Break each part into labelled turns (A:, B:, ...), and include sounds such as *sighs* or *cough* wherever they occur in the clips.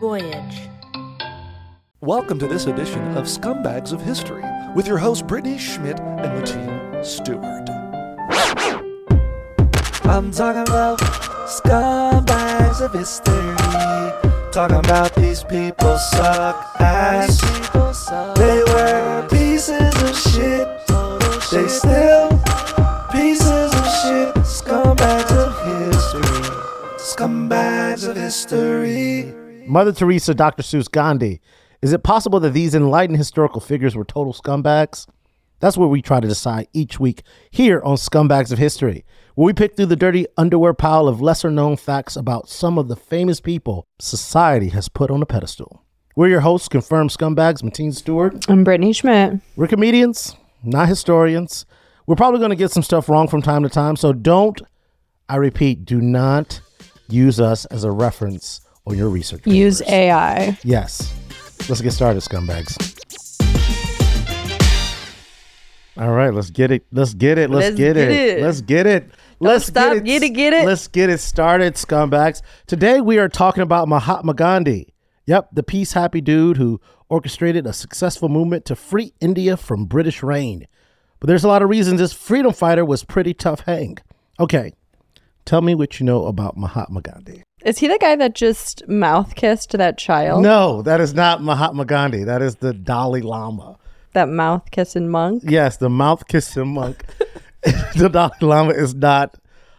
A: Voyage.
B: Welcome to this edition of Scumbags of History with your hosts Brittany Schmidt and Mateen Stewart. I'm talking about scumbags of history. Talking about these people suck ass. They were pieces of shit. They still pieces of shit. Scumbags of history. Scumbags of history.
C: Mother Teresa, Dr. Seuss, Gandhi. Is it possible that these enlightened historical figures were total scumbags? That's what we try to decide each week here on Scumbags of History, where we pick through the dirty underwear pile of lesser known facts about some of the famous people society has put on a pedestal. We're your hosts, confirmed scumbags, Mateen Stewart.
D: I'm Brittany Schmidt.
C: We're comedians, not historians. We're probably going to get some stuff wrong from time to time, so don't, I repeat, do not use us as a reference on your research.
D: Use
C: papers.
D: AI.
C: Yes. Let's get started, scumbags. All right, let's get it. Let's get it. Let's,
D: Let's
C: get, it.
D: get it.
C: Let's get it. Let's
D: stop, get it, get it.
C: Let's get it started, scumbags. Today we are talking about Mahatma Gandhi. Yep, the peace happy dude who orchestrated a successful movement to free India from British reign. But there's a lot of reasons this freedom fighter was pretty tough hang. Okay, tell me what you know about Mahatma Gandhi.
D: Is he the guy that just mouth kissed that child?
C: No, that is not Mahatma Gandhi. That is the Dalai Lama.
D: That mouth kissing monk?
C: Yes, the mouth kissing monk. *laughs* the Dalai Lama is not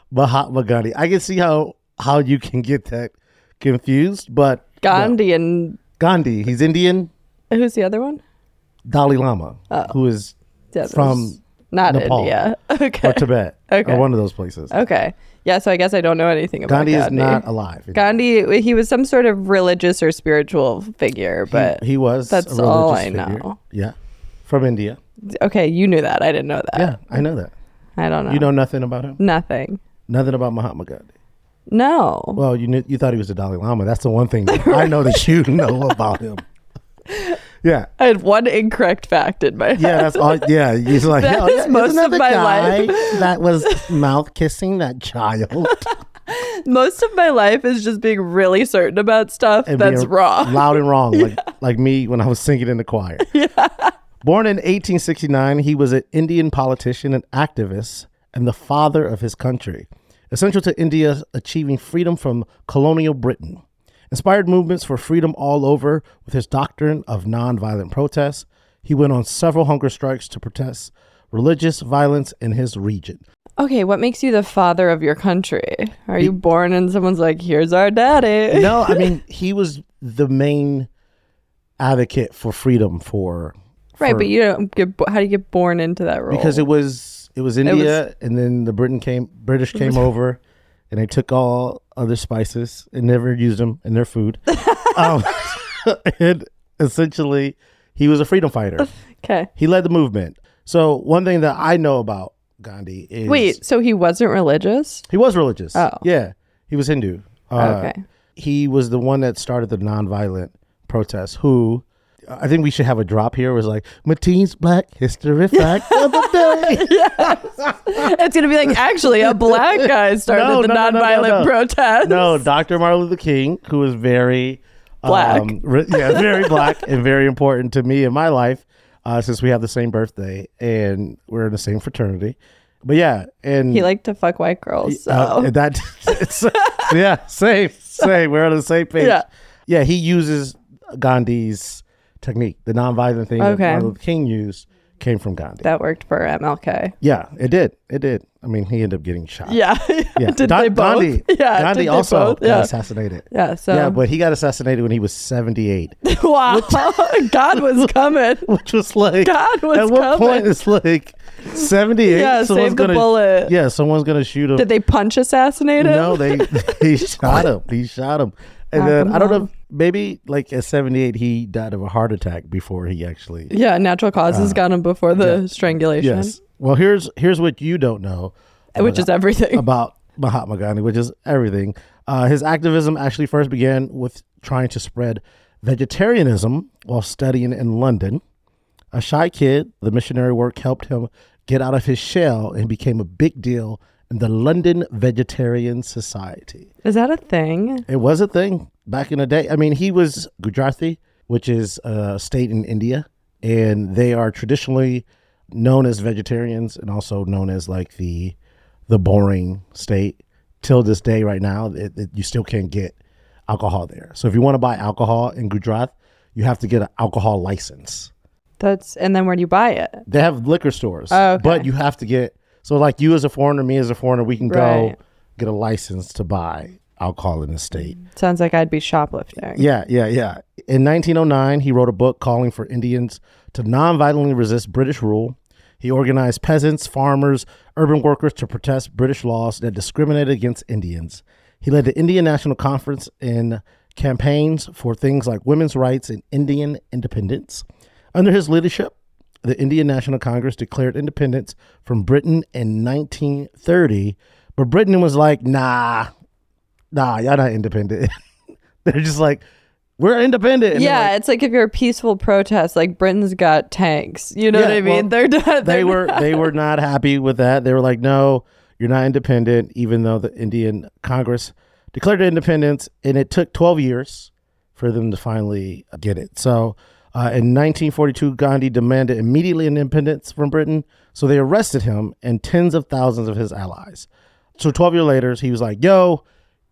C: Mahatma Gandhi. I can see how how you can get that confused, but
D: Gandhi and
C: Gandhi, he's Indian.
D: who's the other one?
C: Dalai Lama,
D: Oh.
C: who is
D: The other
C: From
D: one's *laughs* not
C: Nepal.
D: India. *laughs* Okay.
C: or Tibet
D: Okay.
C: or one of those places.
D: okay. Yeah, so I guess I don't know anything about
C: Gandhi,
D: Gandhi.
C: is not alive.
D: Gandhi, he was some sort of religious or spiritual figure,
C: He-
D: but
C: he, was. a
D: that's all
C: religious
D: I
C: figure.
D: know.
C: Yeah, from India.
D: okay, you knew that. I didn't know that.
C: Yeah, I know that.
D: I don't know.
C: You know nothing about him.
D: nothing.
C: Nothing about Mahatma Gandhi.
D: No.
C: Well, you knew, you thought he was the Dalai Lama. That's the one thing that I know that
D: *laughs*
C: you know about him. Yeah,
D: I had one incorrect fact in my head. *laughs*
C: yeah, that's all. Yeah, he's like
D: That
C: "Oh,
D: is
C: yeah,
D: most
C: isn't that
D: of
C: the
D: my
C: guy
D: life."
C: that was mouth kissing that child.
D: Most of my life is just being really certain about stuff
C: and
D: that's
C: being *laughs*
D: wrong.
C: loud and wrong, like like me when I was singing in the
D: *laughs*
C: choir. Born in 1869, he was an Indian politician and activist, and the father of his country, essential to India's achieving freedom from colonial Britain. Inspired movements for freedom all over with his doctrine of nonviolent protest. He went on several hunger strikes to protest religious violence in his
D: *laughs*
C: region.
D: Okay, what makes you the father of your country? Are you born and someone's like, here's our daddy?
C: No, I mean he was the main advocate for freedom for
D: *laughs* right,
C: for-
D: but you don't get, bo- how do you get born into that role?
C: because it was it was India, and then the Britain came British
D: *laughs*
C: came over, and they took all other spices and never used them in their
D: *laughs*
C: food. um, *laughs* and essentially, he was a freedom fighter.
D: okay.
C: He led the movement. So one thing that I know about Gandhi is
D: Wait, so he wasn't religious?
C: he was religious.
D: Oh.
C: yeah, he was Hindu. Uh,
D: Okay. *laughs*
C: he was the one that started the nonviolent protest. Who I think we should have a drop here. Was like Mateen's Black History Fact of the
D: *laughs*
C: Day.
D: it's going to be like, actually,
C: *laughs*
D: a black guy started
C: No,
D: the
C: no, no, no, no,
D: nonviolent
C: no.
D: protest.
C: No, Dr. Martin Luther King, who was very um,
D: Black.
C: re- yeah, very black and very important to me in my life, uh, since we have the same birthday and we're in the same fraternity. But yeah, and
D: He liked to fuck white girls. So.
C: uh, and that *laughs* it's, yeah, same, same. We're on the same page.
D: Yeah.
C: yeah. He uses Gandhi's technique, the nonviolent thing that
D: Okay.
C: Martin Luther King used came from Gandhi.
D: that worked for MLK.
C: yeah, it did. It did. I mean, he ended up getting shot.
D: Yeah. *laughs*
C: Yeah.
D: did
C: Don-
D: they both?
C: Gandhi,
D: *laughs* yeah.
C: Gandhi
D: did they
C: also
D: both? Yeah.
C: got assassinated.
D: yeah, so.
C: Yeah, but he got assassinated when he was
D: *laughs*
C: 78,
D: *laughs* Wow. God was
C: *laughs*
D: coming.
C: which was like
D: God was
C: at what
D: coming.
C: point it's like 78.
D: Yeah,
C: someone's
D: save the
C: gonna,
D: bullet.
C: Yeah, someone's gonna shoot him.
D: Did they punch assassinate him?
C: no, they
D: *laughs*
C: they shot him. He shot him, and
D: Knock
C: then
D: him
C: I don't know.
D: out.
C: if- Maybe like at 78, he died of a heart attack before he actually.
D: Yeah, natural causes got him before the strangulation,
C: Ah.
D: uh,
C: Yes. Well, here's here's what you don't know.
D: which is
C: *laughs*
D: everything.
C: about Mahatma Gandhi, which is everything. Uh, his activism actually first began with trying to spread vegetarianism while studying in London. A shy kid, the missionary work helped him get out of his shell and became a big deal in the London Vegetarian Society.
D: Is that a thing?
C: It was a thing. back in the day. I mean, he was Gujarati, which is a state in India, and they are traditionally known as vegetarians and also known as like the the boring state. Till this day, right now, it, it- you still can't get alcohol there. So if you want to buy alcohol in Gujarat, you have to get an alcohol license.
D: That's and then where do you buy it?
C: They have liquor stores,
D: Oh, okay.
C: but you have to get so like you as a foreigner, me as a foreigner, we can
D: Right.
C: go get a license to buy alcohol in the state.
D: Sounds like I'd be shoplifting.
C: Yeah, yeah, yeah. In 1909, he wrote a book calling for Indians to non-violently resist British rule. He organized peasants, farmers, urban workers to protest British laws that discriminated against Indians. He led the Indian National Conference in campaigns for things like women's rights and Indian independence. Under his leadership, the Indian National Congress declared independence from Britain in 1930, but Britain was like, nah, nah, y'all not independent. *laughs* They're just like, we're independent. And they're
D: yeah,
C: like-
D: it's like if you're a peaceful protest, like Britain's got tanks. You know
C: Yeah,
D: what I mean?
C: well,
D: they're done.
C: they were they were not happy with that. They were like, no, you're not independent, even though the Indian Congress declared independence, and it took 12 years for them to finally get it. So. Uh, in 1942, Gandhi demanded immediately independence from Britain, so they arrested him and tens of thousands of his allies. So 12 years later, he was like, "Yo,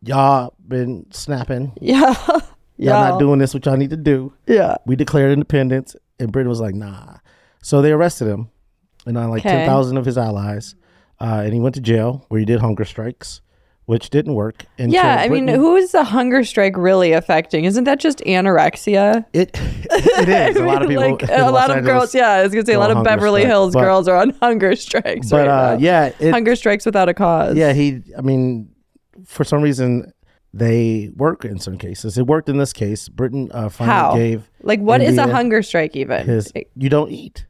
C: y'all been snapping,
D: *laughs* Yeah.
C: y'all
D: yeah.
C: not doing this, which y'all need to do."
D: yeah.
C: we declared independence, and Britain was like, nah. So they arrested him, and on like
D: Okay.
C: 10,000 of his allies, uh, and he went to jail where he did hunger strikes, which didn't work. And
D: Yeah, I mean, who is the hunger strike really affecting? Isn't that just anorexia?
C: It, *laughs* it is.
D: *laughs*
C: A lot of people.
D: like,
C: in
D: a
C: Los
D: lot of
C: Angeles-
D: girls. Yeah, I was gonna say a
C: go
D: lot
C: on
D: of
C: hunger
D: Beverly
C: strike,
D: Hills
C: but-
D: girls are on *laughs* hunger strikes.
C: But
D: right
C: uh,
D: now.
C: yeah, it,
D: hunger strikes without a cause.
C: yeah, he, I mean, for some reason, they work in some cases. It worked in this case. Britain uh, finally
D: How?
C: gave
D: Like, what is a
C: India
D: hunger strike even?
C: his,
D: Like,
C: you don't eat.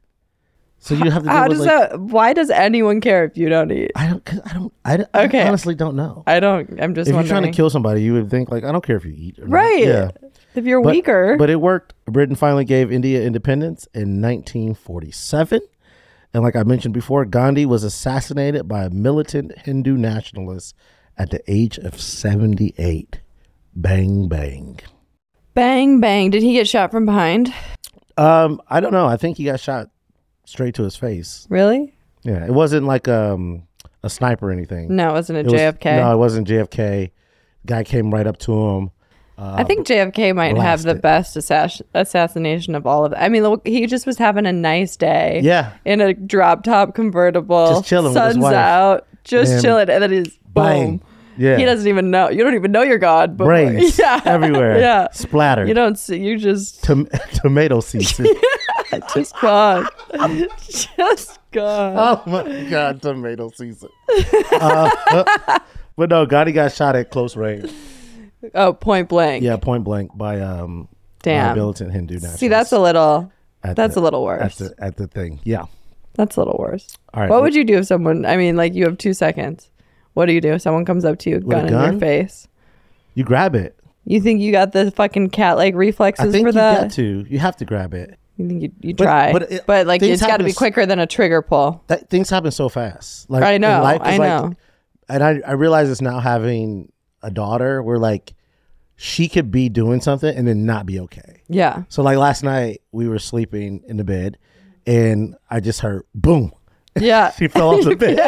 C: So you have to deal
D: How
C: with
D: does
C: like,
D: that? Why does anyone care if you don't eat?
C: I don't, 'cause I don't, I, don't- I
D: Okay.
C: honestly don't know.
D: I don't. I'm just
C: if you're
D: wondering.
C: trying to kill somebody, you would think like, I don't care if you eat, or not.
D: right?
C: Yeah,
D: If you're
C: But-
D: weaker,
C: But it worked. Britain finally gave India independence in 1947, and like I mentioned before, Gandhi was assassinated by a militant Hindu nationalist at the age of 78. Bang bang.
D: bang bang. Did he get shot from behind?
C: Um, I don't know. I think he got shot straight to his face.
D: Really?
C: Yeah, it wasn't like um a sniper or anything.
D: No, it wasn't a
C: It was-
D: JFK.
C: no, it wasn't JFK. Guy came right up to him.
D: I think JFK might have the
C: blasted.
D: best assass- assassination of all of. I mean, look, he just was having a nice day.
C: Yeah,
D: in a drop top convertible,
C: Just chilling with his
D: sun's
C: wife.
D: out, just
C: And
D: chilling, and then he's
C: bang.
D: boom.
C: Yeah.
D: He doesn't even know. You don't even know you're God. But
C: brains
D: *laughs* yeah,
C: everywhere.
D: yeah.
C: Splattered.
D: You don't see. You just
C: Tom- *laughs* tomato seeds.
D: *laughs* just gone,
C: *laughs*
D: just gone.
C: oh my god, tomato season. Uh, but no, Gotti got shot at close range.
D: Oh, point blank.
C: Yeah, point blank by um
D: Damn.
C: a militant Hindu nationalist.
D: See, that's a little.
C: At
D: That's
C: the-
D: a little
C: at
D: worse.
C: the at the thing. Yeah.
D: That's a little worse.
C: All right.
D: What would you do if someone? I mean, like you have two seconds. What do you do if someone comes up to you,
C: a
D: gun, in
C: gun?
D: your face?
C: you grab it?
D: You think you got the fucking cat like reflexes
C: I think
D: for
C: you
D: that?
C: got to. You have to grab it.
D: You think you, you
C: But-
D: try, but,
C: but it-
D: like
C: things
D: it's got to
C: happen
D: be
C: s-
D: quicker than a trigger pull.
C: That things happen so fast. Like
D: I
C: in
D: know,
C: life, 'cause,
D: I
C: like,
D: know.
C: and I, I realize it's now having a daughter where like she could be doing something and then not be okay. *laughs*
D: Yeah,
C: So like last night we were sleeping in the bed and I just heard boom.
D: yeah,
C: She fell
D: *laughs*
C: off the bed.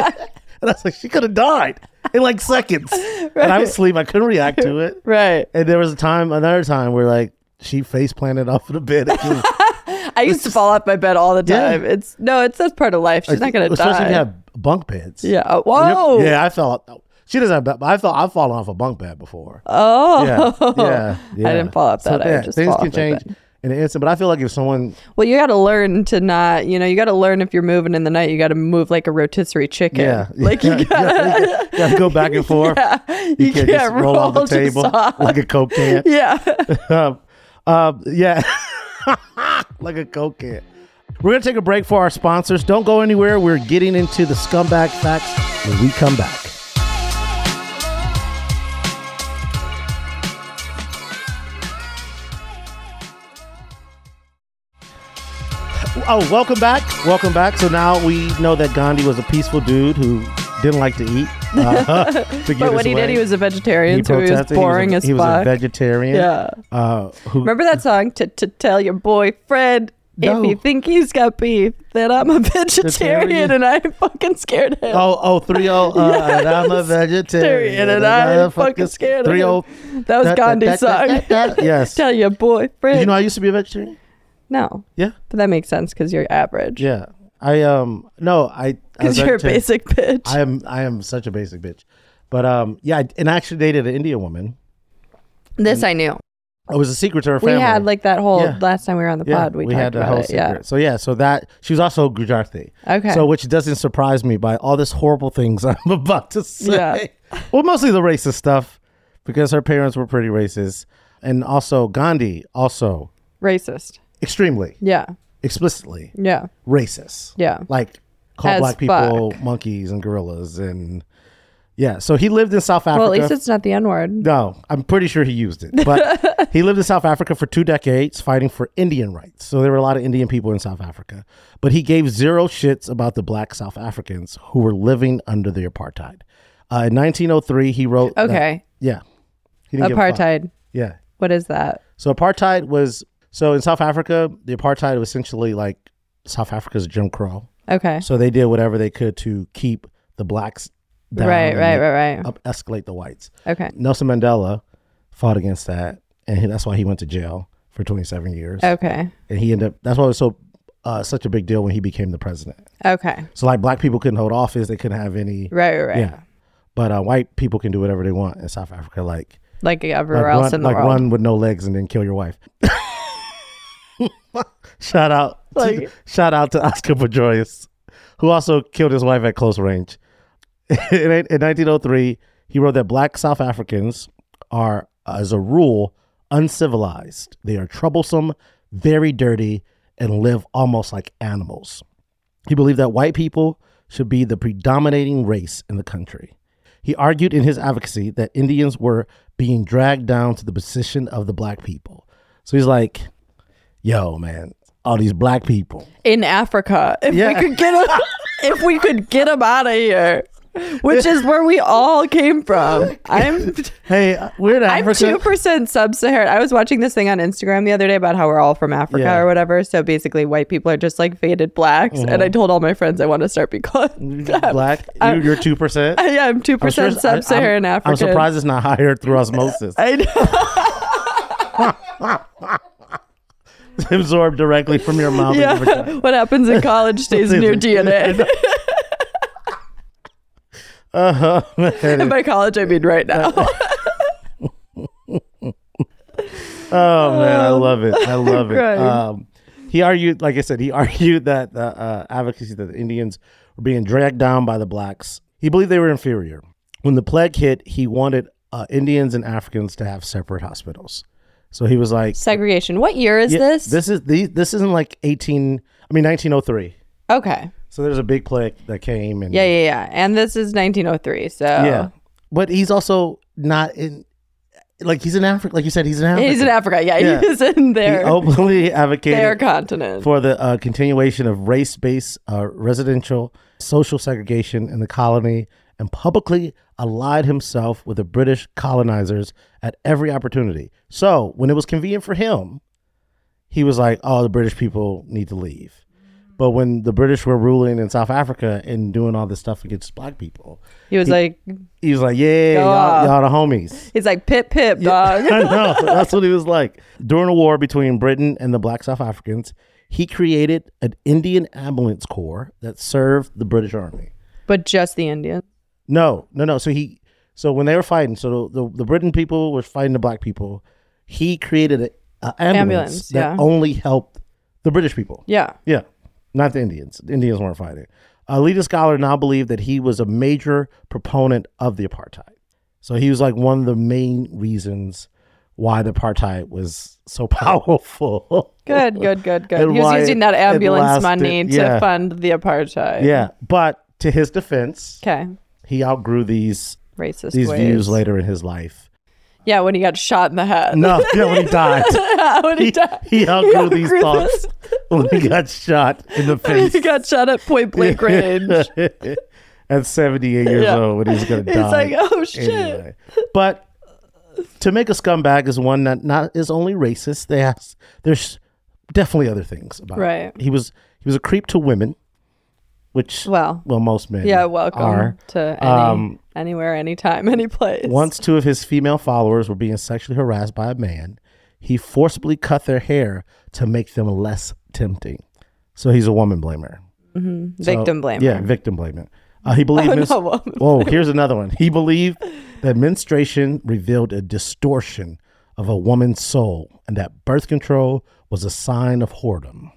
C: And I was like, she could have died in like seconds. And I was asleep. I couldn't react to it.
D: right.
C: And there was a time, another time where like she face planted off of the bed. It was-
D: I used to fall off my bed all the
C: Yeah.
D: time. It's no, it's that's part of life. *laughs* She's not gonna
C: Especially
D: die.
C: if you have bunk beds.
D: yeah. Oh,
C: Yep.
D: Whoa.
C: Yeah, I fell. She doesn't have, bed, but I fell. I've fallen off a bunk bed before.
D: Oh.
C: yeah, yeah, yeah.
D: *laughs* I didn't fall off that. I would just
C: things
D: fall
C: can
D: off my bed.
C: change in an instant. But I feel like if someone,
D: Well, you got to learn to not. You know, you got to learn if you're moving in the night. You got to move like a rotisserie
C: *laughs*
D: chicken.
C: yeah,
D: *laughs* Like you
C: gotta, go back
D: *laughs*
C: and forth.
D: you,
C: You can't, just roll off the
D: just
C: table
D: off.
C: like a coke can.
D: *laughs*
C: *laughs*
D: Yeah.
C: um, um, yeah, *laughs* like a coke can. We're gonna take a break for our sponsors. Don't go anywhere. We're getting into the scumbag facts when we come back. Oh, welcome back. Welcome back. So now we know that Gandhi was a peaceful dude who didn't like *laughs* to eat. to get
D: But
C: his
D: what he did,
C: way.
D: he was a vegetarian, so he was
C: protested,
D: boring
C: he was a,
D: as
C: he was a
D: fuck.
C: vegetarian.
D: yeah.
C: Uh, who,
D: Remember that song? To to tell your boyfriend
C: No.
D: if you think he's got beef that I'm a *laughs* vegetarian
C: Vegetarian.
D: and I fucking scared him.
C: Oh, oh, 30.
D: *laughs*
C: Uh, and I'm a vegetarian.
D: Vegetarian oh, and I'm fucking scared of
C: Three
D: him.
C: oh.
D: that
C: that-
D: was
C: that-
D: Gandhi's
C: that- that-
D: song. *laughs*
C: that- that- *laughs* yes.
D: tell your boyfriend.
C: You know, I used to be a vegetarian.
D: no,
C: Yeah.
D: but that makes sense because you're average.
C: Yeah. I, um, no, I, I was
D: Because you're a
C: vegetarian.
D: basic bitch.
C: I am, I am such a basic bitch. But, um, yeah, I- and I actually dated an Indian woman.
D: this I knew.
C: I was a secret to her
D: We
C: family.
D: had like that whole
C: Yeah.
D: last time we were on the
C: yeah,
D: pod. We, talked
C: had a
D: about
C: whole
D: it.
C: secret. So yeah, so that she was also Gujarati.
D: Okay.
C: So which doesn't surprise me by all this horrible things *laughs* I'm about to say. Well, mostly the racist stuff because her parents were pretty racist, and also Gandhi also
D: Yeah, racist.
C: extremely
D: Yeah,
C: explicitly
D: yeah,
C: racist.
D: yeah.
C: Like called
D: As
C: black people monkeys and gorillas and yeah. So he lived in South Africa.
D: well, at least it's not the N word.
C: No, I'm pretty sure he used it.
D: *laughs*
C: But he lived in South Africa for two decades fighting for Indian rights. So there were a lot of Indian people in South Africa. But he gave zero shits about the black South Africans who were living under the apartheid. Uh, in 1903, he wrote. that-
D: Okay,
C: yeah. He didn't give a fuck.
D: apartheid.
C: Yeah.
D: What is that?
C: So apartheid was. So in South Africa, the apartheid was essentially like South Africa's Jim Crow.
D: Okay,
C: So they did whatever they could to keep the blacks down.
D: right,
C: and
D: right, right, right.
C: Up escalate the whites.
D: Okay,
C: Nelson Mandela fought against that, and he- that's why he went to jail for 27 years.
D: okay,
C: And he ended up. That's why it was so uh, such a big deal when he became the president.
D: okay.
C: So like black people couldn't hold office; they couldn't have any.
D: Right, right, right.
C: Yeah, but uh, white people can do whatever they want in South Africa, like
D: Like
C: like,
D: everywhere else
C: run,
D: in the
C: like
D: world.
C: run with no legs and then kill your wife. shout out! to-
D: Like-
C: shout out to Oscar Pedroius, who also killed his wife at close range. *laughs* in, in 1903, he wrote that black South Africans are, as a rule, uncivilized. They are troublesome, very dirty, and live almost like animals. He believed that white people should be the predominating race in the country. He argued in his advocacy that Indians were being dragged down to the position of the black people. So he's like, yo, man, all these black people.
D: in Africa. If
C: Yeah.
D: we could
C: *laughs*
D: get them, if we could get them out of here, which is where we all came from. I'm.
C: Hey, uh, we're in
D: I'm two
C: Africa.
D: percent sub-Saharan. I was watching this thing on Instagram the other day about how we're all from Africa
C: Yeah.
D: or whatever. So basically, white people are just like faded blacks. And
C: Mm-hmm.
D: I told all my friends I want to start being called.
C: black.
D: I'm-
C: You, you're two percent.
D: *laughs* yeah, I'm two percent sub-Saharan African.
C: Mm-hmm. I'm surprised it's not higher through osmosis.
D: *laughs* I know.
C: Absorbed directly from your mouth. and your vagina.
D: Yeah. what happens
C: *laughs*
D: in college stays in your DNA.
C: uh-huh.
D: *laughs* and by college, I mean right now.
C: *laughs* Oh man, I love it.
D: *laughs*
C: I love it.
D: Great.
C: Um, he argued, like I said, he *laughs* argued that the uh, advocacy that the Indians were being dragged down by the blacks. He believed they were inferior. When the plague hit, he wanted uh, Indians and Africans to have separate hospitals. So he was like,
D: Segregation. What year is
C: yeah,
D: this?
C: This is the, this isn't like eighteen. I mean, nineteen oh three.
D: Okay.
C: So there's a big plague that came, and
D: Yeah, yeah, yeah. And this is 1903, so
C: yeah. But he's also not in, like he's in Africa. Like you said, he's in Africa.
D: he's in Africa. Yeah,
C: Yeah.
D: he's in
C: He
D: their
C: openly advocated
D: their continent.
C: for the uh, continuation of race based uh, residential social segregation in the colony and publicly allied himself with the British colonizers at every opportunity. So, when it was convenient for him, he was like, oh, the British people need to leave. But when the British were ruling in South Africa and doing all this stuff against black people,
D: He was like,
C: he was like, yeah, y'all,
D: off.
C: y'all the homies.
D: he's like pip pip dog.
C: *laughs* I know. That's what he was like. During a war between Britain and the black South Africans, he created an Indian ambulance corps that served the British Army.
D: but just the Indians.
C: No, no, no. So he, so when they were fighting, so the, the, Britain people were fighting the black people. He created an ambulance,
D: Ambulance,
C: that
D: yeah.
C: only helped the British people.
D: Yeah.
C: Yeah, not the Indians. The Indians weren't fighting. A leading scholar now believed that he was a major proponent of the apartheid. So he was like one of the main reasons why the apartheid was so *laughs* powerful.
D: Good, good, good, good.
C: And
D: he was
C: why
D: using that
C: it lasted-
D: ambulance money to
C: yeah.
D: fund the apartheid.
C: yeah, but to his defense,
D: Okay.
C: he outgrew these
D: Racist
C: these
D: ways.
C: views later in his life.
D: Yeah, when he got shot in the head. *laughs*
C: No, *laughs* yeah, when he died.
D: when he
C: He,
D: died. *laughs*
C: he outgrew these
D: outgrew *laughs*
C: thoughts when he got shot in the face. *laughs*
D: he got shot at point blank range.
C: at 78 years
D: Yeah.
C: old when he's going to
D: It's
C: die.
D: like, oh, shit.
C: anyway. But to make a scumbag is one that not is only racist. They has, there's definitely other things about. it.
D: Right.
C: He was he was a creep to women, which
D: Well,
C: well most men
D: yeah, welcome
C: are.
D: to any,
C: Um,
D: anywhere, anytime, *laughs* any place.
C: Once two of his female followers were being sexually harassed by a man, he forcibly cut their hair to make them less tempting. So he's a woman blamer. So-
D: victim blame.
C: Yeah, victim blamer. Uh, he believed.
D: Oh,
C: mis-
D: no, woman
C: Whoa, here's another one. He believed that menstruation revealed a distortion of a woman's soul, and that birth control was a sign of whoredom.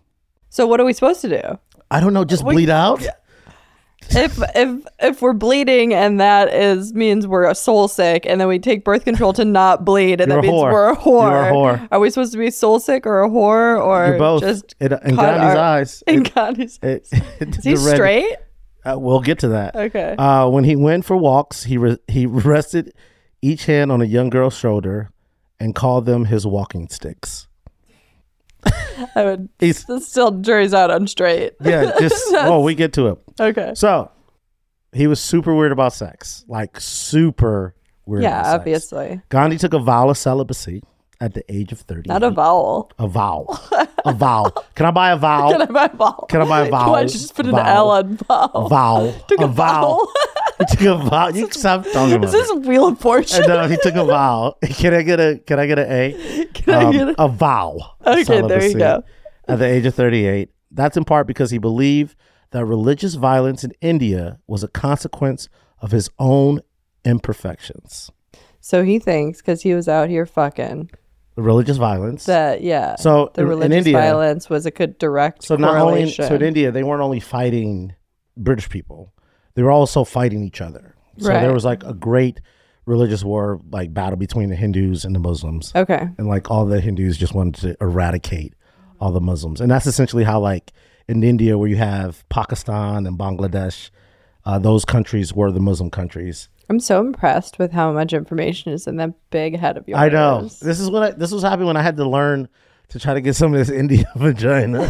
D: So what are we supposed to do?
C: I don't know. Just bleed out.
D: if if if we're bleeding and that is means we're soul sick and then we take birth control to not bleed and
C: You're a
D: that means
C: whore.
D: we're a whore.
C: You're a whore.
D: Are we supposed to be soul sick or a whore or
C: You're both.
D: just
C: It- in
D: cut
C: Gandhi's
D: our-
C: eyes,
D: In
C: it-
D: Gandhi's
C: It-
D: *laughs*
C: *laughs*
D: Is he
C: the red-
D: straight?
C: Uh, we'll get to that.
D: Okay.
C: Uh, when he went for walks, he re- he *laughs* rested each hand on a young girl's shoulder and called them his walking sticks.
D: I would *laughs*
C: He's
D: this still jury's out on straight.
C: yeah, just oh, we get to it.
D: Okay.
C: So he was super weird about sex, like super weird.
D: yeah,
C: about sex.
D: obviously.
C: Gandhi took a vow of celibacy at the age of thirty.
D: Not a vowel.
C: a vow,
D: *laughs*
C: a vow. Can I buy a vow?
D: Can I buy a vowel?
C: Can I buy a
D: *laughs* Do I
C: vowel?
D: just put an
C: Vowel.
D: L on
C: a
D: vowel?
C: vow?
D: Took a,
C: a vow.
D: vowel.
C: he *laughs* took a vow.
D: *laughs*
C: You stop talking about
D: is this Wheel of Fortune?
C: it. No, he took a vow. *laughs* Can I get a? Can I get an A?
D: *laughs* Can I
C: um,
D: get a-
C: a vow.
D: Okay, there you
C: celibacy
D: go.
C: At the age of 38. That's in part because he believed that religious violence in India was a consequence of his own imperfections.
D: so he thinks because he was out here fucking
C: The religious violence.
D: that yeah.
C: so
D: the
C: in-
D: religious
C: in India,
D: violence was a good direct
C: so not only in,
D: correlation.
C: so in India, they weren't only fighting British people; they were also fighting each other. So
D: Right.
C: there was like a great religious war, like battle between the Hindus and the Muslims.
D: okay,
C: and like all the Hindus just wanted to eradicate all the Muslims, and that's essentially how like in India, where you have Pakistan and Bangladesh, uh, those countries were the Muslim countries.
D: I'm so impressed with how much information is in that big head of yours.
C: I know this is what I, this was happening when I had to learn to try to get some of this India *laughs* vagina.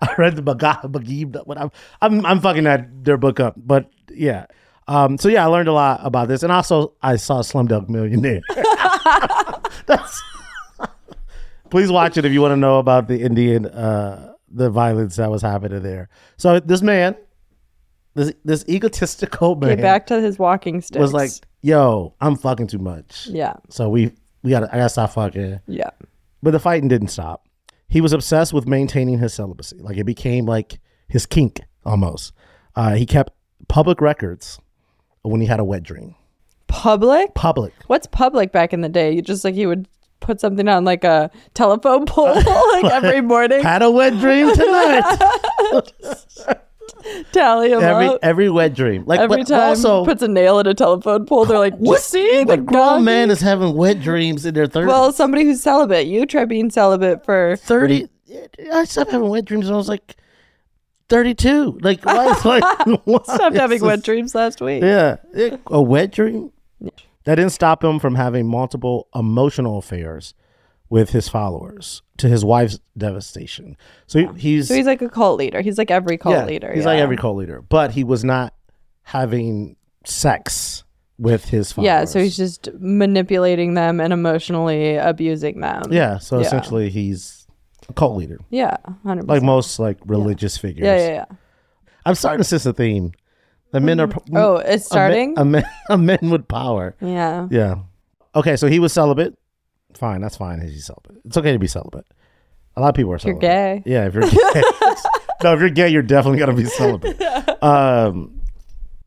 C: I read the Bhagavad Gita. What I'm, I'm I'm fucking that their book up, but yeah. Um, so yeah, I learned a lot about this, and also I saw Slumdog Millionaire. *laughs* That's- please watch it if you want to know about the Indian uh, the violence that was happening there. So this man, this this egotistical man,
D: Okay, back to his walking sticks.
C: was like, "Yo, I'm fucking too much."
D: yeah,
C: So we we got to I gotta stop fucking.
D: yeah,
C: But the fighting didn't stop. He was obsessed with maintaining his celibacy. Like it became like his kink almost. Uh, he kept public records of when he had a wet dream.
D: public.
C: Public.
D: What's public back in the day? You just like he would put something on like a telephone pole
C: *laughs*
D: like every morning,
C: Had a wet dream tonight.
D: *laughs* tally them
C: every
D: up.
C: every wet dream. Like
D: Every
C: but
D: time
C: also
D: puts a nail in a telephone pole, they're like,
C: what-
D: just see the
C: what grown
D: dog-
C: man is having wet dreams in their thirties.
D: Well, somebody who's celibate, you try being
C: *laughs*
D: celibate for
C: thirty. I stopped having wet dreams when I was like thirty-two. Like why? Is, like *laughs* why
D: stopped
C: is
D: having
C: this-
D: wet dreams last week.
C: Yeah, it- a wet dream. That didn't stop him from having multiple emotional affairs with his followers, to his wife's devastation. So he- he's,
D: So he's like a cult leader. He's like every cult
C: yeah,
D: leader.
C: He's
D: yeah.
C: like every cult leader, but he was not having sex with his followers.
D: Yeah, so he's just manipulating them and emotionally abusing them.
C: yeah. So
D: Yeah.
C: essentially, he's a cult leader,
D: Yeah, 100%.
C: like most like religious figures.
D: yeah, yeah, yeah.
C: I'm starting to sense a theme. The men are pro- mm,
D: Oh, it's
C: a men-
D: starting?
C: A men, *laughs* a men with power.
D: yeah.
C: Yeah. Okay, so he was celibate. Fine, that's fine. He's celibate. It's okay to be celibate. A lot of people are
D: You're
C: celibate.
D: gay.
C: Yeah, if you're
D: *laughs*
C: gay. *laughs* no, if you're gay, you're definitely gonna be celibate. Um,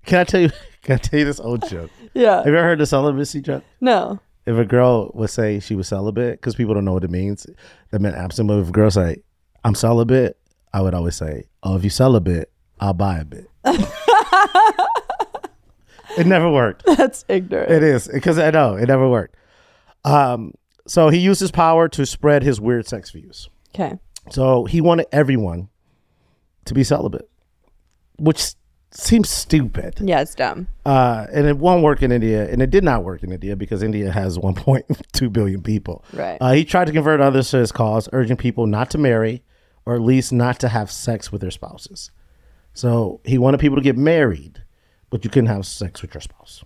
C: can I tell you? *laughs* Can I tell you this old joke?
D: Yeah.
C: Have you ever heard the celibacy joke?
D: No. *laughs*
C: If a girl would say she was celibate, because people don't know what it means, that meant absent. But if a girl say, "I'm celibate," I would always say, "Oh, if you celibate, I'll buy a
D: *laughs*
C: bit." it never worked.
D: That's ignorant.
C: It is because I know it never worked. Um, so he used his power to spread his weird sex views.
D: Okay.
C: So he wanted everyone to be celibate, which s- seems stupid.
D: Yeah, it's dumb.
C: Uh, and it won't work in India, and it did not work in India because India has *laughs* 1.2 billion people.
D: Right.
C: Uh, he tried to convert others to his cause, urging people not to marry or at least not to have sex with their spouses. So he wanted people to get married, but you couldn't have sex with your spouse.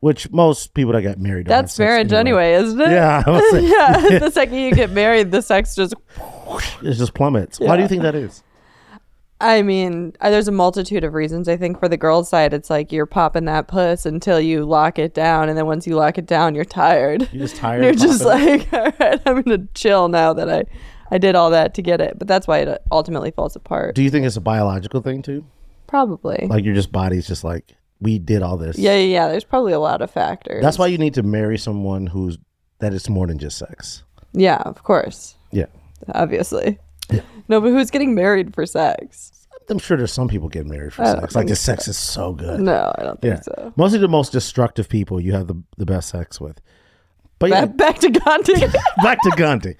C: Which most people that got married. don't
D: That's
C: have sex
D: marriage anyway, isn't
C: *laughs*
D: it?
C: Yeah, I was saying,
D: *laughs* yeah. The second you get married, the sex just.
C: it just plummets. Why do you think that is?
D: I mean, uh, there's a multitude of reasons. I think for the girl's side, it's like you're popping that puss until you lock it down, and then once you lock it down, you're tired.
C: You're just tired.
D: You're
C: of
D: just
C: popping.
D: like, *laughs* all right, I'm gonna chill now that I, I did all that to get it. But that's why it ultimately falls apart.
C: Do you think it's a biological thing too?
D: Probably.
C: Like your just body's just like we did all this.
D: yeah, yeah, yeah. There's probably a lot of factors.
C: That's why you need to marry someone who's that it's more than just sex.
D: Yeah, of course,
C: Yeah.
D: obviously. No, but who's getting married for sex?
C: I'm sure there's some people getting married for
D: Uh, I don't
C: sex. Like
D: think
C: the sex is so good.
D: No, I don't think
C: Yeah.
D: so.
C: Mostly the most destructive people you have the, the best sex with. But yeah,
D: Back, back
C: *laughs*
D: to Gandhi.
C: back to Gandhi.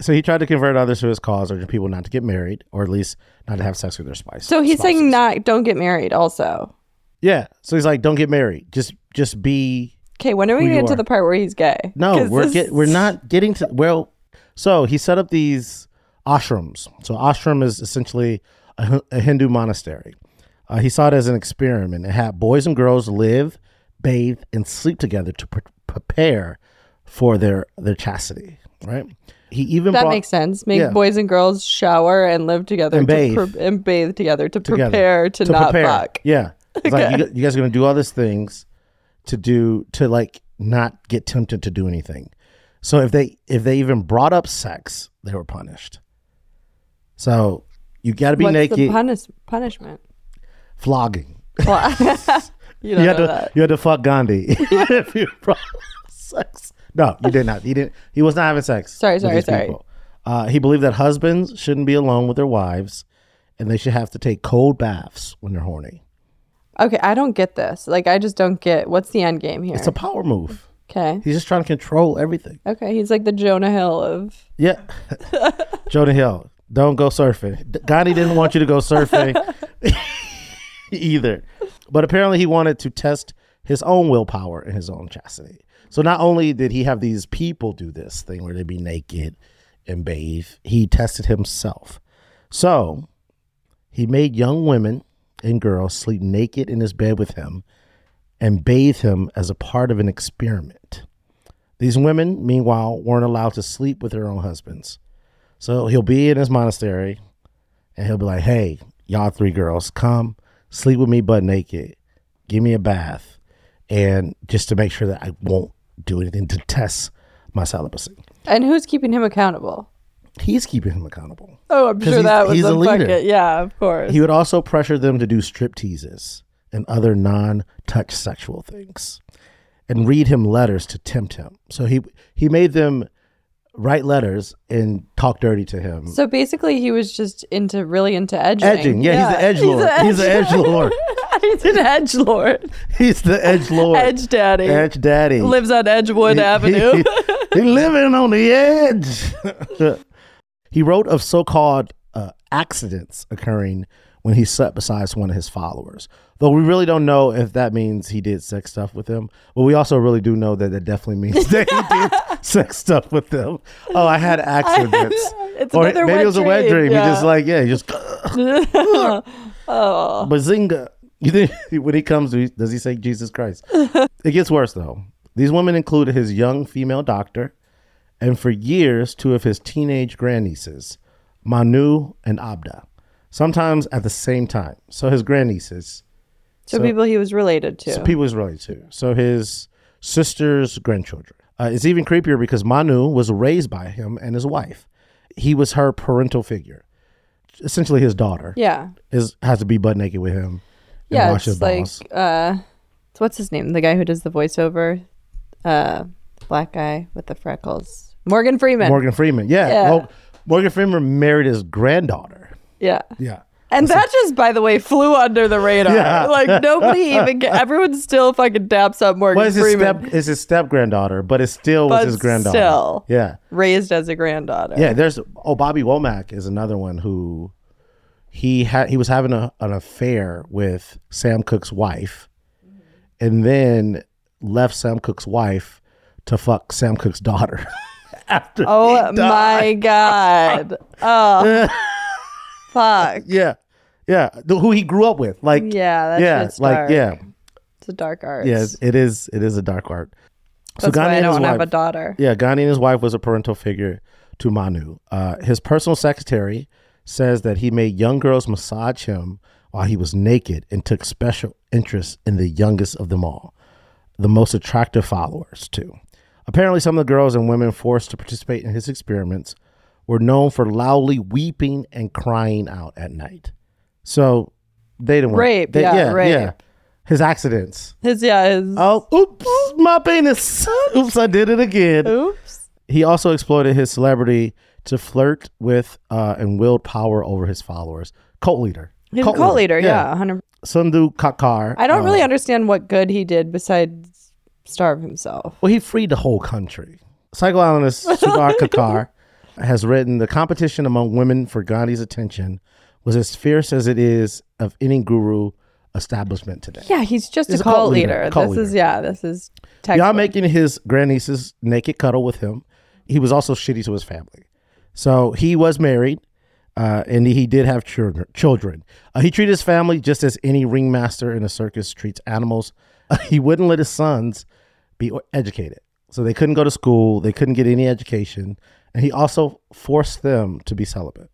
C: So he tried to convert others to his cause, urging people not to get married, or at least not to have sex with their spouse.
D: so he's
C: spouses.
D: saying not don't get married. Also,
C: yeah. So he's like, don't get married. Just, just be.
D: okay. When are we
C: Who
D: gonna
C: you
D: get
C: are.
D: to the part where he's gay?
C: No,
D: 'Cause
C: we're
D: this-
C: get, we're not getting to. Well, so he set up these ashrams. So ashram is essentially a, Hin- a Hindu monastery. Uh, he saw it as an experiment. It had boys and girls live, bathe, and sleep together to pre- prepare for their their chastity. Right. He even
D: That
C: brought,
D: makes sense. Make
C: Yeah.
D: boys and girls shower and live together
C: And
D: to
C: bathe.
D: pre- and bathe together to
C: together
D: prepare to, not fuck.
C: Yeah, it's like you, you guys are gonna do all these things to do to like not get tempted to do anything. So if they if they even brought up sex, they were punished. So you got to be
D: What's the
C: naked,
D: punish- punishment?
C: flogging.
D: Well, *laughs* you don't
C: You had
D: know
C: to
D: that.
C: you had to fuck Gandhi *laughs* if you brought up sex. No, you did not. He didn't. He was not having sex.
D: Sorry,
C: with
D: sorry,
C: these
D: sorry.
C: people. Uh, he believed that husbands shouldn't be alone with their wives, and they should have to take cold baths when they're horny.
D: Okay, I don't get this. Like, I just don't get what's the end game here.
C: It's a power move.
D: okay.
C: He's just trying to control everything.
D: Okay, he's like the Jonah Hill of.
C: Yeah. Jonah Hill, don't go surfing. D- Gandhi didn't want you to go surfing either. But apparently he wanted to test his own willpower and his own chastity. So not only did he have these people do this thing where they be naked and bathe, he tested himself. So he made young women and girls sleep naked in his bed with him and bathe him as a part of an experiment. These women, meanwhile, weren't allowed to sleep with their own husbands. So he'll be in his monastery and he'll be like, hey, y'all three girls, come sleep with me butt naked. Give me a bath. And just to make sure that I won't do anything to test my celibacy.
D: And who's keeping him accountable?
C: He's keeping him accountable.
D: Oh, I'm
C: 'Cause
D: sure
C: he's-
D: that was
C: he's a
D: a,
C: leader.
D: bucket. Yeah, of course.
C: He would also pressure them to do strip teases and other non touch sexual things and read him letters to tempt him. So he he made them write letters and talk dirty to him.
D: so basically, he was just into really into edging.
C: edging. Yeah, he's the edge lord. He's the edge lord.
D: *laughs* He's an edge lord.
C: *laughs* He's the edge lord.
D: Edge daddy.
C: Edge daddy.
D: Lives on Edgewood *laughs* Avenue.
C: he living on the edge. *laughs* he wrote of so-called uh, accidents occurring when he slept beside one of his followers. Though we really don't know if that means he did sex stuff with them, but we also really do know that that definitely means that he did sex stuff with them. Oh, I had accidents.
D: It's
C: or
D: another
C: maybe it was a wet dream. He
D: yeah.
C: just like yeah, he just *laughs*
D: oh,
C: Bazinga. You think *laughs* when he comes, do he- does he say Jesus Christ? it gets worse though. These women included his young female doctor, and for years, two of his teenage grandnieces, Manu and Abda, sometimes at the same time. So his grandnieces,
D: so, people he was related to.
C: so people he's related to. So his sister's grandchildren. Uh, it's even creepier because Manu was raised by him and his wife. He was her parental figure, essentially his daughter.
D: yeah,
C: Is has to be butt naked with him. and
D: yeah.
C: wash his
D: It's like
C: balls.
D: uh, it's- what's his name? The guy who does the voiceover, uh, black guy with the freckles, Morgan Freeman.
C: Morgan Freeman. Yeah.
D: Yeah.
C: Well, Morgan Freeman married his granddaughter.
D: Yeah.
C: Yeah.
D: And that just, by the way, flew under the radar.
C: Yeah. *laughs*
D: Like nobody even, ca- everyone still fucking daps up Morgan
C: Well, it's his
D: Freeman,
C: step it's his step granddaughter, but it still
D: But
C: was his granddaughter.
D: still.
C: Yeah.
D: raised as a granddaughter.
C: Yeah. There's oh Bobby Womack is another one who he had he was having a, an affair with Sam Cook's wife and then left Sam Cook's wife to fuck Sam Cook's daughter. *laughs* After *laughs*
D: Oh my god. Oh, fuck.
C: Yeah. Yeah, the, who he grew up with. Like
D: Yeah, that
C: yeah,
D: shit's
C: like
D: dark.
C: yeah,
D: It's a dark art.
C: yeah. It is. It is a dark art. So
D: That's why I
C: and his
D: don't have
C: wife-
D: a daughter.
C: Yeah, Gandhi and his wife was a parental figure to Manu. Uh, his personal secretary says that he made young girls massage him while he was naked and took special interest in the youngest of them all, the most attractive followers, too. Apparently, some of the girls and women forced to participate in his experiments were known for loudly weeping and crying out at night. So they didn't want-
D: Rape,
C: they-
D: yeah, rape.
C: His accidents.
D: His yeah, his
C: Oh, oops, my penis. *laughs* oops, I did it again.
D: oops.
C: He also exploited his celebrity to flirt with uh, and wield power over his followers. Cult leader.
D: He's a cult leader, yeah. 100
C: Sundu Kakar.
D: I don't really understand what good he did besides starve himself.
C: Well, he freed the whole country. Psychoanalyst
D: *laughs*
C: Sudhar Kakar has written the competition among women for Gandhi's attention was as fierce as it is of any guru establishment today.
D: Yeah, he's just
C: He's
D: a cult, leader.
C: cult
D: this is yeah, this is textbook.
C: Beyond making his grandnieces naked cuddle with him, he was also shitty to his family. So he was married, uh, and he did have children. Children. Uh, he treated his family just as any ringmaster in a circus treats animals. *laughs* he wouldn't let his sons be o- educated, so they couldn't go to school. They couldn't get any education, and he also forced them to be celibate.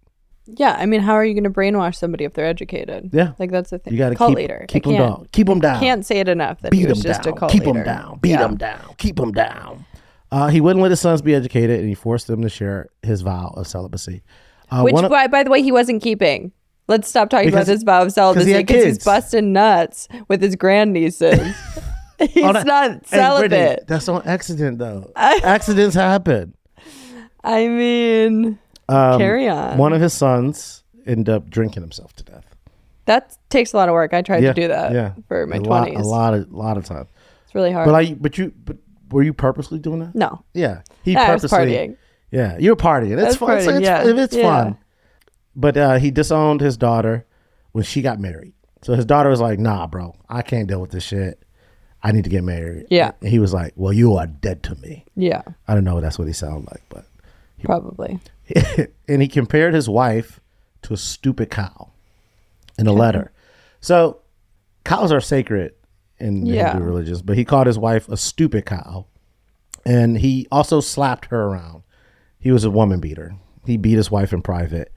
D: yeah, I mean, how are you going to brainwash somebody if they're educated?
C: Yeah.
D: like that's the thing.
C: You got to
D: cult
C: keep
D: leader.
C: keep
D: I
C: them
D: can't,
C: down. Keep them down.
D: Can't say it enough that he
C: beat
D: was
C: them
D: just a
C: down,
D: cult
C: keep them
D: leader.
C: down, beat them down, keep them down. Uh, he wouldn't let his sons be educated, and he forced them to share his vow of celibacy. Uh,
D: Which,
C: one of-
D: by, by the way, he wasn't keeping. Let's stop talking
C: Because-
D: about this vow of celibacy
C: had
D: because he's
C: kids.
D: busting nuts with his
C: *laughs*
D: grandnieces. *laughs* he's
C: Oh, that- Hey,
D: not
C: Brittany,
D: celibate.
C: that's on accident,
D: *laughs*
C: though. Accidents happen.
D: I mean,
C: Um,
D: carry on.
C: One of his sons ended up drinking himself to death.
D: that takes a lot of work. I tried
C: Yeah,
D: to do that
C: yeah.
D: for my
C: a lot, a
D: twenties.
C: lot of, lot of time.
D: It's really hard.
C: But I, but you, but were you purposely doing that?
D: no,
C: Yeah, he
D: Nah, I was partying.
C: Yeah, you're partying. It's
D: was
C: fun. It's-
D: partying,
C: it's,
D: yeah.
C: it's
D: Yeah.
C: fun. But uh, he disowned his daughter when she got married. So his daughter was like, "Nah, bro, I can't deal with this shit. I need to get married."
D: Yeah.
C: And he was like, "Well, you are dead to me."
D: Yeah,
C: I don't know. if That's what he sounded like, but
D: probably.
C: and he compared his wife to a stupid cow in a letter. So cows are sacred in the
D: Yeah.
C: Hindu religions, but he called his wife a stupid cow. And he also slapped her around. He was a woman beater. He beat his wife in private.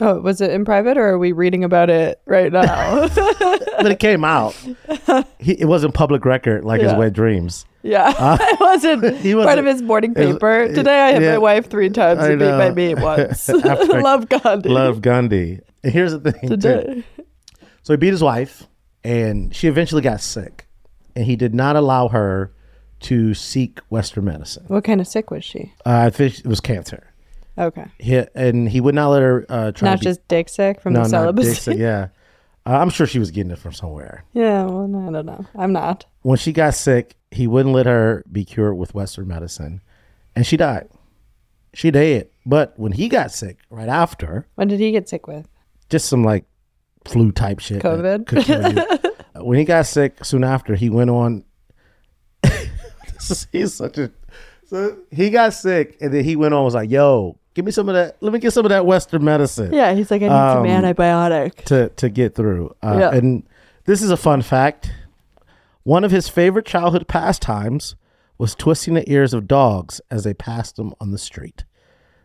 D: Oh, was it in private or are we reading about it
C: *laughs*
D: right now? *laughs*
C: But it came out. He, it wasn't public record like his wet dreams.
D: yeah, *laughs* I
C: *laughs*
D: wasn't,
C: he
D: part of
C: wasn't-
D: his morning
C: it was-
D: paper.
C: it-
D: Today I hit
C: yeah.
D: my wife three times
C: I
D: and beat my
C: know. *laughs*
D: meat once.
C: After-
D: *laughs* Love Gandhi.
C: Love Gandhi. And here's the thing. Too.
D: Today.
C: So he beat his wife, and she eventually got sick. And he did not allow her to seek Western medicine.
D: What kind of sick was she?
C: Uh, I think it was cancer.
D: Okay.
C: He, and he would not let her uh, try. to
D: Not
C: be-
D: just dick sick from
C: no,
D: the
C: not
D: celibacy.
C: Dixon, yeah, uh, I'm sure she was getting it from somewhere.
D: *laughs* Yeah, well, no, I don't know. I'm not.
C: When she got sick, he wouldn't let her be cured with Western medicine, and she died. She did. But when he got sick right after,
D: What did he get sick with?
C: just some like flu type shit. that
D: COVID?
C: could kill you.
D: *laughs*
C: Uh, when he got sick soon after, he went on. *laughs* This is- he's such a. So he got sick, and then he went on. Was like, "Yo, give me some of that. Let me get some of that Western medicine."
D: Yeah, he's like, I need
C: Um,
D: some antibiotic.
C: to to get through. Uh,
D: Yeah.
C: And this is a fun fact. One of his favorite childhood pastimes was twisting the ears of dogs as they passed them on the street.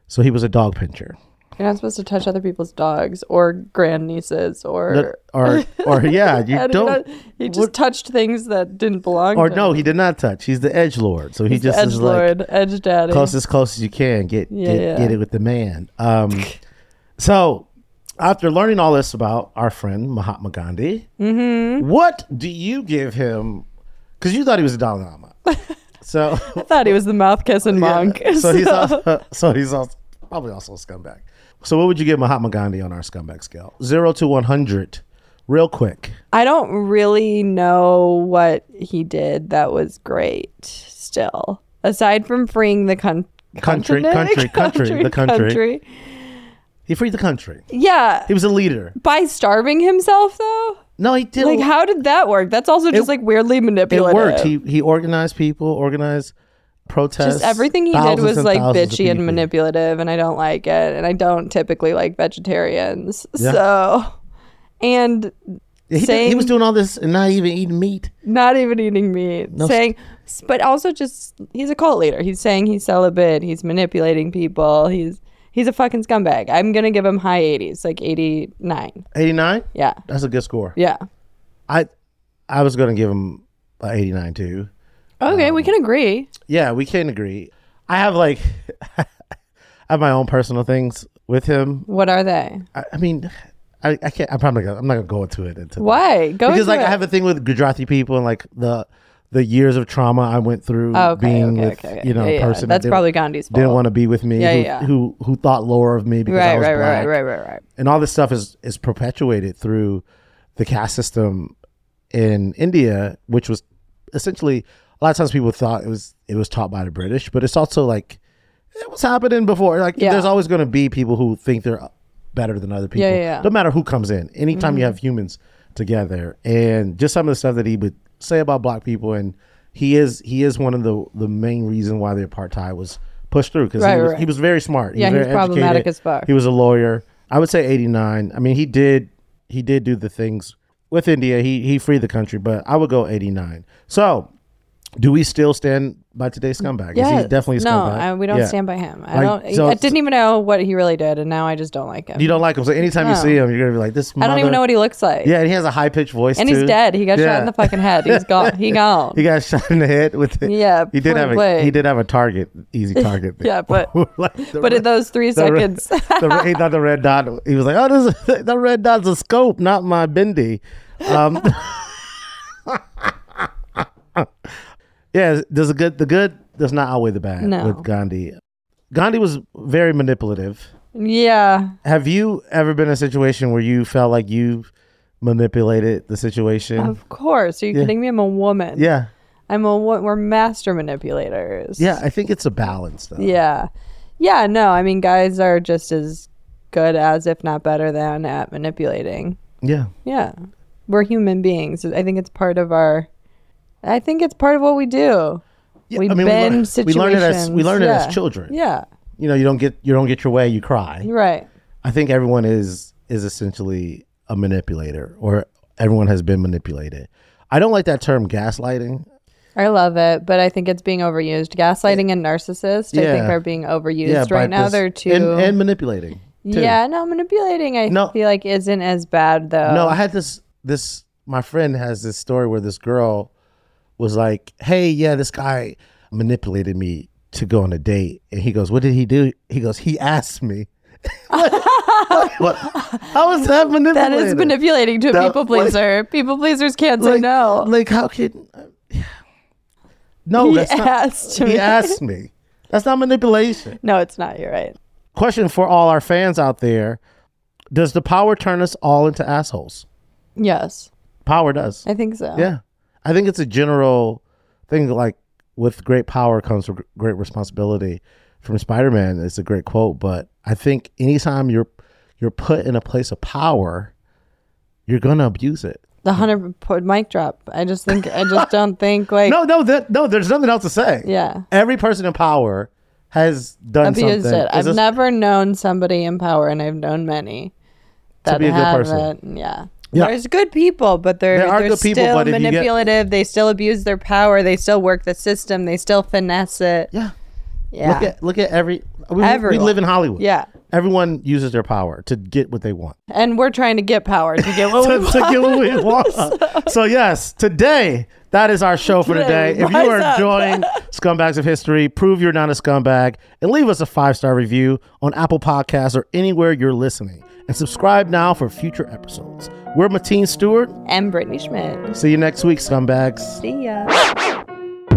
C: So he was a dog pincher,
D: You're not supposed to touch other people's dogs or grandnieces or.
C: or or, or, yeah,
D: *laughs*
C: you
D: I don't
C: don't.
D: know. he just touched things that didn't belong.
C: Or
D: to
C: no,
D: him.
C: he did not touch. He's the edge lord, so he
D: The
C: just
D: edge
C: is like
D: lord, edge daddy.
C: close as close as you can. Get
D: Yeah,
C: get,
D: yeah.
C: get it with the man. Um,
D: *laughs*
C: so after learning all this about our friend Mahatma Gandhi,
D: Mm-hmm.
C: what do you give him? Because you thought he was a Dalai
D: *laughs*
C: Lama, so
D: I thought he was the mouth kissing monk.
C: so
D: *laughs*
C: he's also, so he's also, probably also a scumbag. So what would you give Mahatma Gandhi on our scumbag scale, zero to one hundred, real quick?
D: I don't really know what he did that was great. Still, aside from freeing the con-
C: Country,
D: *laughs* continent?
C: country, country, the country. He freed the country.
D: Yeah,
C: He was a leader.
D: by starving himself though.
C: No, he did.
D: Like, how did that work? That's also just like weirdly
C: it
D: manipulative.
C: worked. He he organized people, organized protests.
D: just everything he did
C: thousands
D: was
C: and
D: like
C: thousands of
D: bitchy and
C: people.
D: manipulative and i don't like it and i don't typically like vegetarians so and
C: He, did-
D: saying
C: he was doing all this and not even eating meat.
D: not even eating meat,
C: No,
D: saying, but also just he's a cult leader. He's saying he's celibate. He's manipulating people. He's he's a fucking scumbag. I'm gonna give him high 80s, like 89.
C: 89?
D: Yeah,
C: That's a good score.
D: yeah.
C: I I was going to give him an 89 too.
D: Okay, we can agree.
C: Yeah, we can agree. I have like *laughs* I have my own personal things with him.
D: What are they?
C: I, I mean, I, I can't. I'm probably gonna, I'm not gonna go into it. Into
D: Why? Go
C: because
D: into
C: like
D: it.
C: I have a thing with Gujarati people and like the the years of trauma I went through
D: Oh, okay,
C: being
D: okay,
C: with
D: okay, okay.
C: you know
D: Yeah,
C: a
D: yeah.
C: person that
D: That's
C: didn't-
D: probably Gandhi's fault.
C: didn't want to be with me
D: Yeah,
C: who,
D: yeah.
C: who who thought lower of me because I
D: right,
C: was
D: right,
C: black
D: right, right, right, right.
C: and all this stuff is is perpetuated through the caste system in India, which was essentially a lot of times people thought it was it was taught by the British, but it's also like it was happening before. Like
D: Yeah.
C: there's always going to be people who think they're better than other people.
D: Yeah, yeah, Mm-hmm. yeah.
C: No matter who comes in, anytime you have humans together, and just some of the stuff that he would say about black people, and he is he is one of the the main reason why the apartheid was pushed through because
D: Right,
C: he, was,
D: right.
C: he was very smart.
D: Yeah, he
C: very
D: was problematic
C: educated.
D: as fuck.
C: He was a lawyer. I would say 89. I mean, he did he did do the things with India. He he freed the country, but I would go 89. So, do we still stand by today's scumbag? 'Cause he's definitely a
D: no,
C: scumbag.
D: I, we don't
C: Yeah.
D: stand by him. I
C: Like,
D: don't.
C: so-
D: I didn't even know what he really did, and now I just don't like him.
C: You don't like him, so anytime you
D: No.
C: see him, you're gonna be like, "This."
D: I don't even know what he looks like.
C: Yeah, and he has a high pitched voice,
D: and he's
C: too.
D: dead. He got shot
C: Yeah.
D: in the fucking head. He's
C: *laughs*
D: gone. He gone.
C: He got shot in the head with. The,
D: Yeah,
C: he did
D: point
C: have a
D: blank.
C: he did have a target,
D: *laughs*
C: easy target.
D: Yeah, but-
C: *laughs* Like the
D: but in those
C: *laughs*
D: three
C: the red-
D: seconds, *laughs*
C: the red, he thought the red dot. He was like, "Oh, this is, *laughs* the red dot's a scope, not my bendy." Um, *laughs* yeah, there's a good. The good does not outweigh the bad
D: No.
C: with Gandhi. Gandhi was very manipulative.
D: yeah,
C: Have you ever been in a situation where you felt like you manipulated the situation? *laughs*
D: of course. Are you kidding me? I'm a woman.
C: yeah,
D: I'm a. wo- We're master manipulators.
C: yeah. I think it's a balance, though.
D: Yeah. Yeah. No, I mean, guys are just as good as, if not better than, at manipulating.
C: yeah.
D: Yeah. We're human beings. I think it's part of our. I think it's part of what we do.
C: Yeah,
D: we
C: I mean, we
D: bend
C: learn- we
D: situations.
C: learn it as- we learn it as
D: Yeah.
C: children.
D: Yeah.
C: You know, you don't get you don't get your way, you cry.
D: You're right.
C: I think everyone is is essentially a manipulator or everyone has been manipulated. I don't like that term gaslighting.
D: I love it, but I think it's being overused. Gaslighting and narcissist, I
C: Yeah.
D: think, are being overused
C: by
D: right now.
C: this-
D: They're too.
C: and, and manipulating. too.
D: yeah, no, manipulating. I
C: No.
D: feel like isn't as bad though.
C: No, I had this this my friend has this story where this girl was like, "Hey, yeah, this guy manipulated me to go on a date." And he goes, "What did he do?" He goes, "He asked me." *laughs* what, what, how is that manipulating?
D: *laughs* *laughs* that is manipulating to a
C: That-
D: people pleaser. people pleasers can't say
C: Like,
D: no.
C: like how can *sighs* No,
D: *laughs* he
C: that's not
D: asked me.
C: He asked me. That's not manipulation.
D: No, it's not. You're right.
C: Question for all our fans out there Does the power turn us all into assholes?
D: Yes,
C: Power does.
D: I think so.
C: Yeah. I think it's a general thing like with great power comes gr- great responsibility. From Spider Man, it's a great quote, but I think anytime you're you're put in a place of power, you're gonna abuse it.
D: The hundred point mic drop. I just think I
C: *laughs*
D: just don't think like
C: No, no, that, no. There's nothing else to say.
D: Yeah.
C: Every person in power has done
D: abused
C: something.
D: it.
C: Is
D: I've
C: this-
D: never known somebody in power, and I've known many that
C: be a good
D: haven't.
C: person.
D: Yeah.
C: Yeah.
D: There's good people, but they're,
C: There are
D: they're
C: good
D: still
C: people, but if you get-
D: manipulative. They still abuse their power. They still work the system. They still finesse it.
C: Yeah.
D: Yeah.
C: Look at look at every we, we
D: Everyone.
C: live in Hollywood.
D: Yeah.
C: Everyone uses their power to get what they want.
D: and we're trying to get power to
C: *laughs*
D: get what
C: To,
D: we
C: to get what
D: *laughs*
C: we want. so yes, today that is our show for today. If you are
D: Rise up.
C: enjoying
D: *laughs*
C: Scumbags of History, prove you're not a scumbag and leave us a five star review on Apple Podcasts or anywhere you're listening. And subscribe now for future episodes. We're Mateen Stewart.
D: And Brittany Schmidt.
C: See you next week, scumbags.
D: See ya.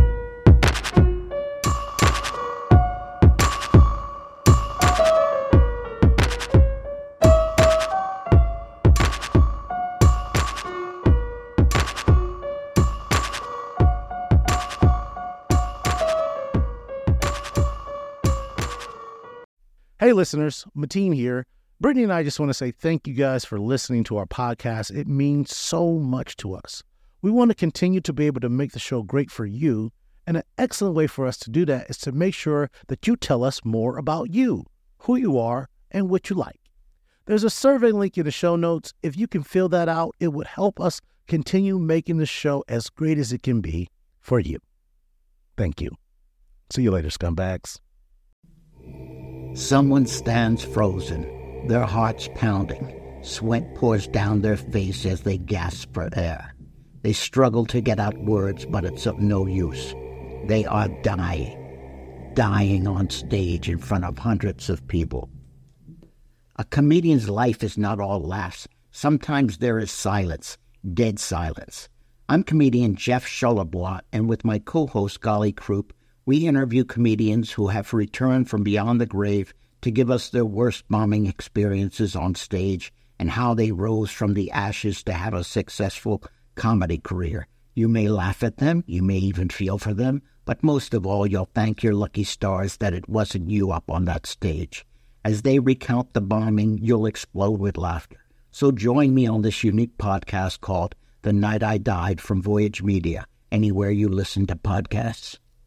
C: Hey, listeners, Mateen here. Brittany and I just want to say thank you guys for listening to our podcast. It means so much to us. We want to continue to be able to make the show great for you. And an excellent way for us to do that is to make sure that you tell us more about you, who you are, and what you like.
A: There's a survey link in the show notes. If you can fill that out, it would help us continue making the show as great as it can be for you. Thank you. See you later, scumbags.
E: Someone stands frozen, their hearts pounding. Sweat pours down their face as they gasp for air. They struggle to get out words, but it's of no use. They are dying. Dying on stage in front of hundreds of people. A comedian's life is not all laughs. Sometimes there is silence, dead silence. I'm comedian Jeff Schulleblatt, and with my co host Golly Krupp, we interview comedians who have returned from beyond the grave to give us their worst bombing experiences on stage and how they rose from the ashes to have a successful comedy career. You may laugh at them, you may even feel for them, but most of all, you'll thank your lucky stars that it wasn't you up on that stage. As they recount the bombing, you'll explode with laughter. So join me on this unique podcast called The Night I Died from Voyage Media, anywhere you listen to podcasts.